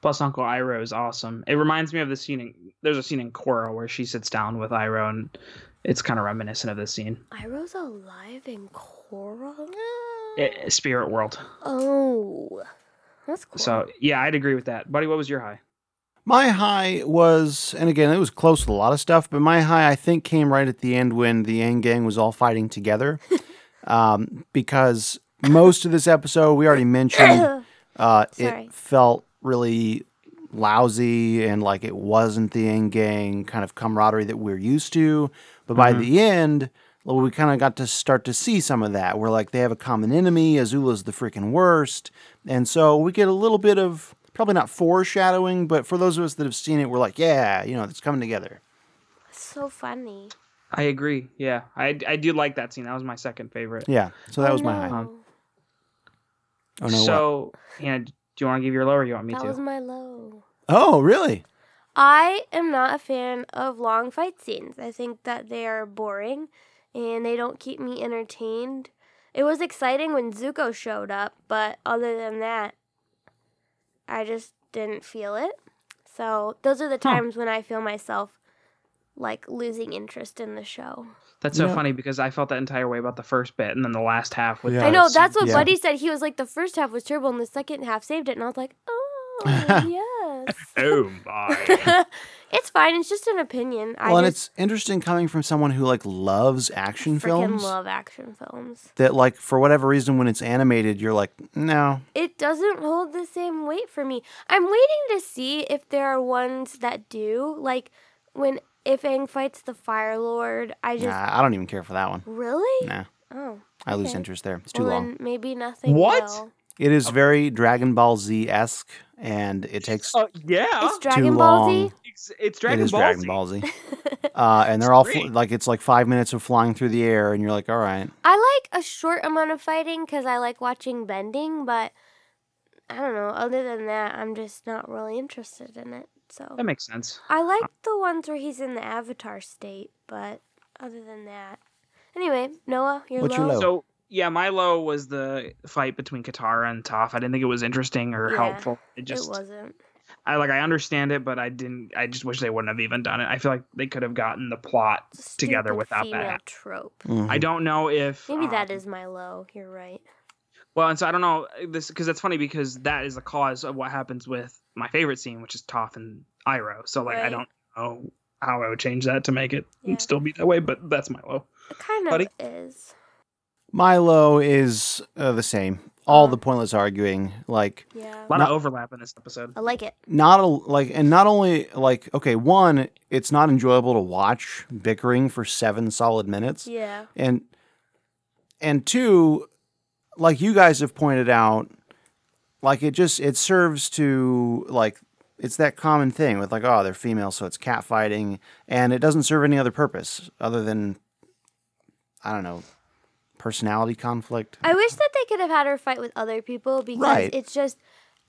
Plus, Uncle Iroh is awesome. It reminds me of the scene in. There's a scene in Korra where she sits down with Iroh, and it's kind of reminiscent of this scene.
iroh's alive in Korra?
Eh, Spirit World.
oh that's cool
So yeah, I'd agree with that, buddy. What was your high?
My high was, and again, it was close to a lot of stuff, but my high, I think, came right at the end when the Yang Gang was all fighting together. um, because most of this episode, we already mentioned, uh,
Sorry.
it felt really lousy and like it wasn't the Yang Gang kind of camaraderie that we're used to. But by the end, well, we kind of got to start to see some of that. We're like, they have a common enemy. Azula's the freaking worst. And so we get a little bit of probably not foreshadowing, but for those of us that have seen it, we're like, yeah, you know, it's coming together.
so funny
I agree. Yeah, I I do like that scene. That was my second favorite.
Uh-huh.
Yeah. So that was my high.
No.
Um,
Oh, no. what?
so Hannah, do Do you want to give your low or you want me
That
to?
was my low.
Oh, really?
I am not a fan of long fight scenes. I think that they are boring and they don't keep me entertained. It was exciting when Zuko showed up, but other than that, I just didn't feel it. So, those are the times when I feel myself like losing interest in the show.
That's so
Yeah.
funny because I felt that entire way about the first bit and then the last half with
Yeah.
the
I know
scene.
that's what
yeah.
Buddy said. He was like, the first half was terrible, and the second half saved it. And I was like, oh
Oh my.
yes, it's fine. It's just an opinion. I
well, and
just
it's interesting coming from someone who like loves action
freaking
films.
love action films.
that like for whatever reason when it's animated you're like no
It doesn't hold the same weight for me. I'm waiting to see if there are ones that do. Like when if Aang fights the Fire Lord, I just
nah, i don't even care for that one
really
nah
oh
i lose
Okay.
interest there it's too
well,
long
Then maybe nothing.
What?
will.
it is very dragon ball z-esque and it takes
Oh yeah.
It's Dragon Ball
long.
Z.
It's, it's Dragon
it is
Ball.
dragon
Z.
ball z uh, and they're all fl-
great.
like it's like five minutes of flying through the air and you're like all right
I like a short amount of fighting because I like watching bending, but I don't know. Other than that, I'm just not really interested in it. So
That makes sense.
I like the ones where he's in the avatar state, but other than that, anyway, Noah, your
What's
low.
your low?
So yeah, my low was the fight between Katara and Toph. I didn't think it was interesting or
Yeah,
helpful. It just
It wasn't.
I like I understand it, but I didn't I just wish they wouldn't have even done it. I feel like they could have gotten the plot.
It's a
together
stupid
without
female
that.
trope.
I
mm."
don't know if
Maybe that
um,
is my low. You're right.
Well, and so I don't know uh, this because that's funny because that is the cause of what happens with my favorite scene, which is Toph and Iroh. So like I
Right.
don't know how I would change that to make it
Yeah.
still be that way, but that's my low.
It kind of
Buddy?
is.
milo is uh, the same all
Uh.
the pointless arguing like
A
Yeah.
lot
Not-
of overlap in this episode.
I like it.
not a, like and not only like okay one it's not enjoyable to watch bickering for seven solid minutes
Yeah.
and and two like you guys have pointed out like it just it serves to like it's that common thing with like oh they're female so it's catfighting and it doesn't serve any other purpose other than i don't know personality conflict
I wish that they could have had her fight with other people because
Right.
it's just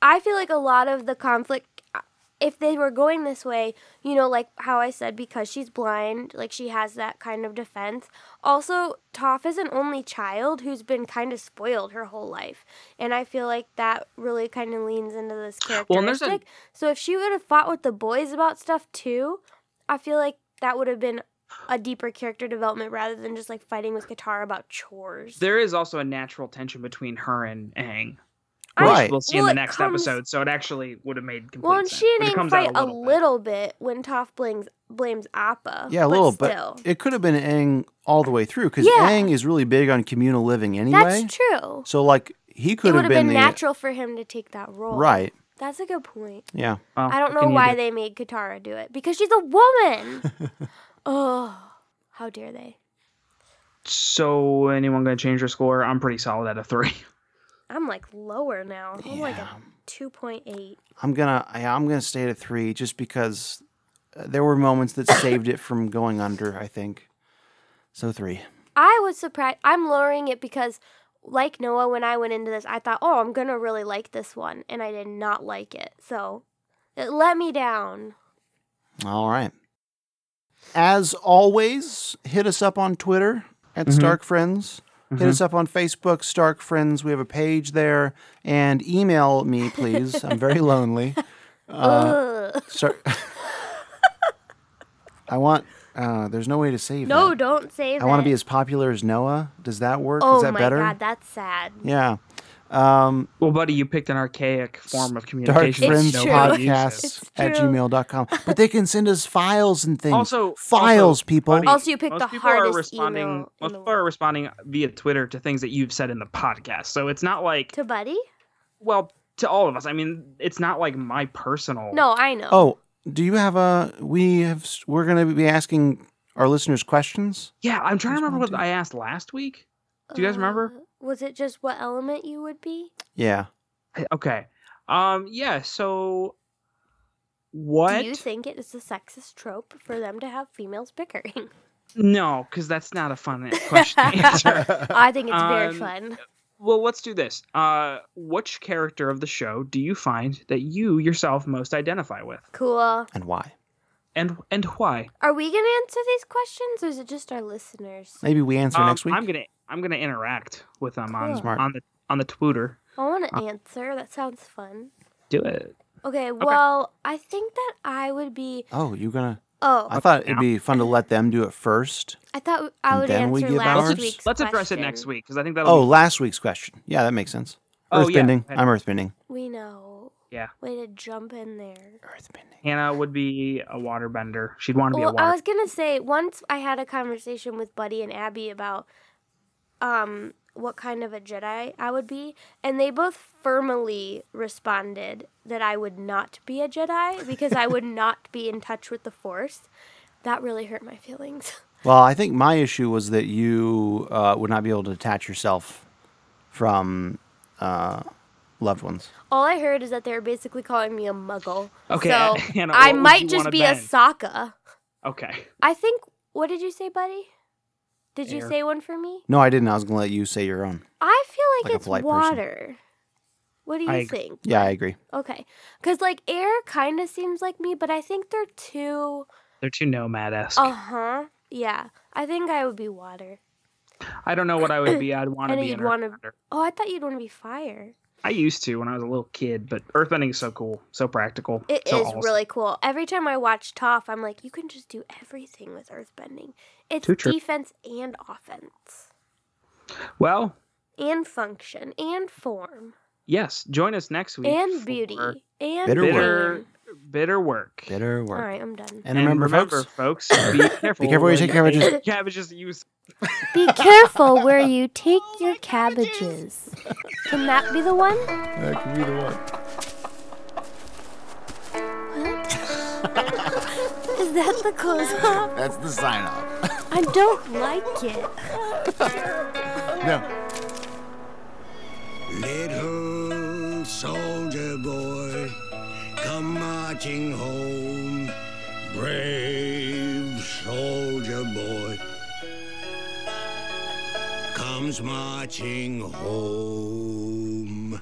I feel like a lot of the conflict uh, if they were going this way, you know, like how I said because she's blind, like she has that kind of defense. Also, Toph is an only child who's been kind of spoiled her whole life. And I feel like that really kind of leans into this
Well, and there's
characteristic.
a-
so if she would have fought with the boys about stuff too, I feel like that would have been a deeper character development rather than just like fighting with Katara about chores.
There is also a natural tension between her and Aang.
I-
Which
Right.
we'll see
well,
in the
it
next
comes-
episode, so it actually would have made complete
Well, and
sense.
she
but
and
it
Aang
comes out
fight a
bit.
little bit when Toph blames blames Appa.
yeah a little
but
but
still.
it could have been ang all the way through because
Yeah.
ang is really big on communal living anyway
That's true.
so like he
It
could
would
have
have
been,
been,
the
natural for him to take that role.
right
That's a good point.
yeah
Oh,
I
what
don't know
can you
why
do?
they made Katara do it because she's a woman. oh, how dare they!
So anyone gonna change their score? I'm pretty solid at a three.
I'm like lower now. I'm like a
Yeah.
two point eight.
I'm gonna I, I'm gonna stay at a three just because uh, there were moments that saved it from going under. I think so. Three.
I was surprised. I'm lowering it because, like Noah, when I went into this, I thought, oh, I'm gonna really like this one, and I did not like it. So, it let me down.
All right. As always, hit us up on Twitter at Stark Friends. Hit us up on Facebook, Stark Friends. We have a page there, and email me, please. I'm very lonely.
Ugh.
Star- I want. Uh, there's no way to save.
No,
that.
don't say that.
I want to be as popular as Noah. Does that work?
Oh
Is that
my
better?
god, that's sad.
Yeah. Um,
Well, buddy, you picked an archaic form of
Dark
communication.
Friends
true.
Nobody uses.
Podcast at
true.
gmail.com. But they can send us files and things.
Also-
files,
also,
people.
buddy,
Also, you picked
most
the
people
hardest
are responding,
email in
Most
the
people are responding via Twitter to things that you've said in the podcast. So it's not like,
To Buddy?
well, to all of us. I mean, it's not like my personal.
No, I know.
Oh, do you have a? We have. We're going to be asking our listeners questions.
Yeah, I'm trying to remember what
Respond to.
I asked last week. do you
Uh,
guys remember?
Was it just what element you would be?
Yeah.
I- Okay. Um. Yeah. So. What?
Do you think it is a sexist trope for them to have females bickering?
no, because that's not a fun question to answer.
I think it's very
Um,
fun.
Well, let's do this. Uh, which character of the show do you find that you yourself most identify with,
Cool.
and why?
and and why?
Are we gonna answer these questions, or is it just our listeners?
Maybe we answer
Um,
next week.
I'm gonna I'm gonna interact with them on
Cool.
Smart.
on the on the Twitter.
I want
Uh,
to answer. That sounds fun.
Do it.
Okay. Well, I think that I would be.
oh, you're gonna.
Oh,
I thought it'd be fun to let them do it first.
I thought I
And
would
then we
answer
give
last
ours?
week's.
Let's address it
question.
next week because I think that'll.
Oh,
be,
last week's question. Yeah, that makes sense.
Oh, yeah.
Earthbending. I'm earthbending.
We know.
yeah.
Way to jump in there.
Earthbending.
Hannah would be a waterbender. She'd want to be a
Well, uh, I
water.
was gonna say once I had a conversation with Buddy and Abby about um what kind of a Jedi I would be, and they both firmly responded that I would not be a Jedi because I would not be in touch with the Force. That really hurt my feelings.
Well, I think my issue was that you uh, would not be able to detach yourself from uh, loved ones.
All I heard is that they were basically calling me a Muggle.
Okay,
so
Hannah, what would
I
you
might just
wanna
be a
bend?
Sokka.
Okay.
I think. What did you say, Buddy? Did you
Air.
say one for me?
No, I didn't. I was gonna let you say your own.
I feel like,
Like a
it's
polite person.
water. What do you
I agree.
think?
Yeah, I agree.
Okay. Because, like, air kind of seems like me, but I think they're too.
They're too nomad esque.
Uh huh. Yeah. I think I would be water.
I don't know what I would be. I'd want to
And
be
you'd
an
wanna-
earthbender.
Oh, I thought you'd want to be fire.
I used to when I was a little kid, but earthbending is so cool, so practical.
It is
so awesome.
really cool. Every time I watch Toph, I'm like, you can just do everything with earthbending. It's
Too true.
defense and offense,
Well,
and function, and form,
yes. Join us next week.
and
for
beauty, and
Bitter
pain.
Bitter, bitter work.
Bitter
All
work.
right, I'm done.
And, remember, folks,
folks, be careful.
be careful where you
when
take cabbages.
take Cabbages you
Be careful where you take your cabbages. Can that be the one?
That could be the one.
Is that the close up?
That's the sign off.
I don't like it.
No.
Little soldier boy, come marching home, brave soldier boy, comes marching home.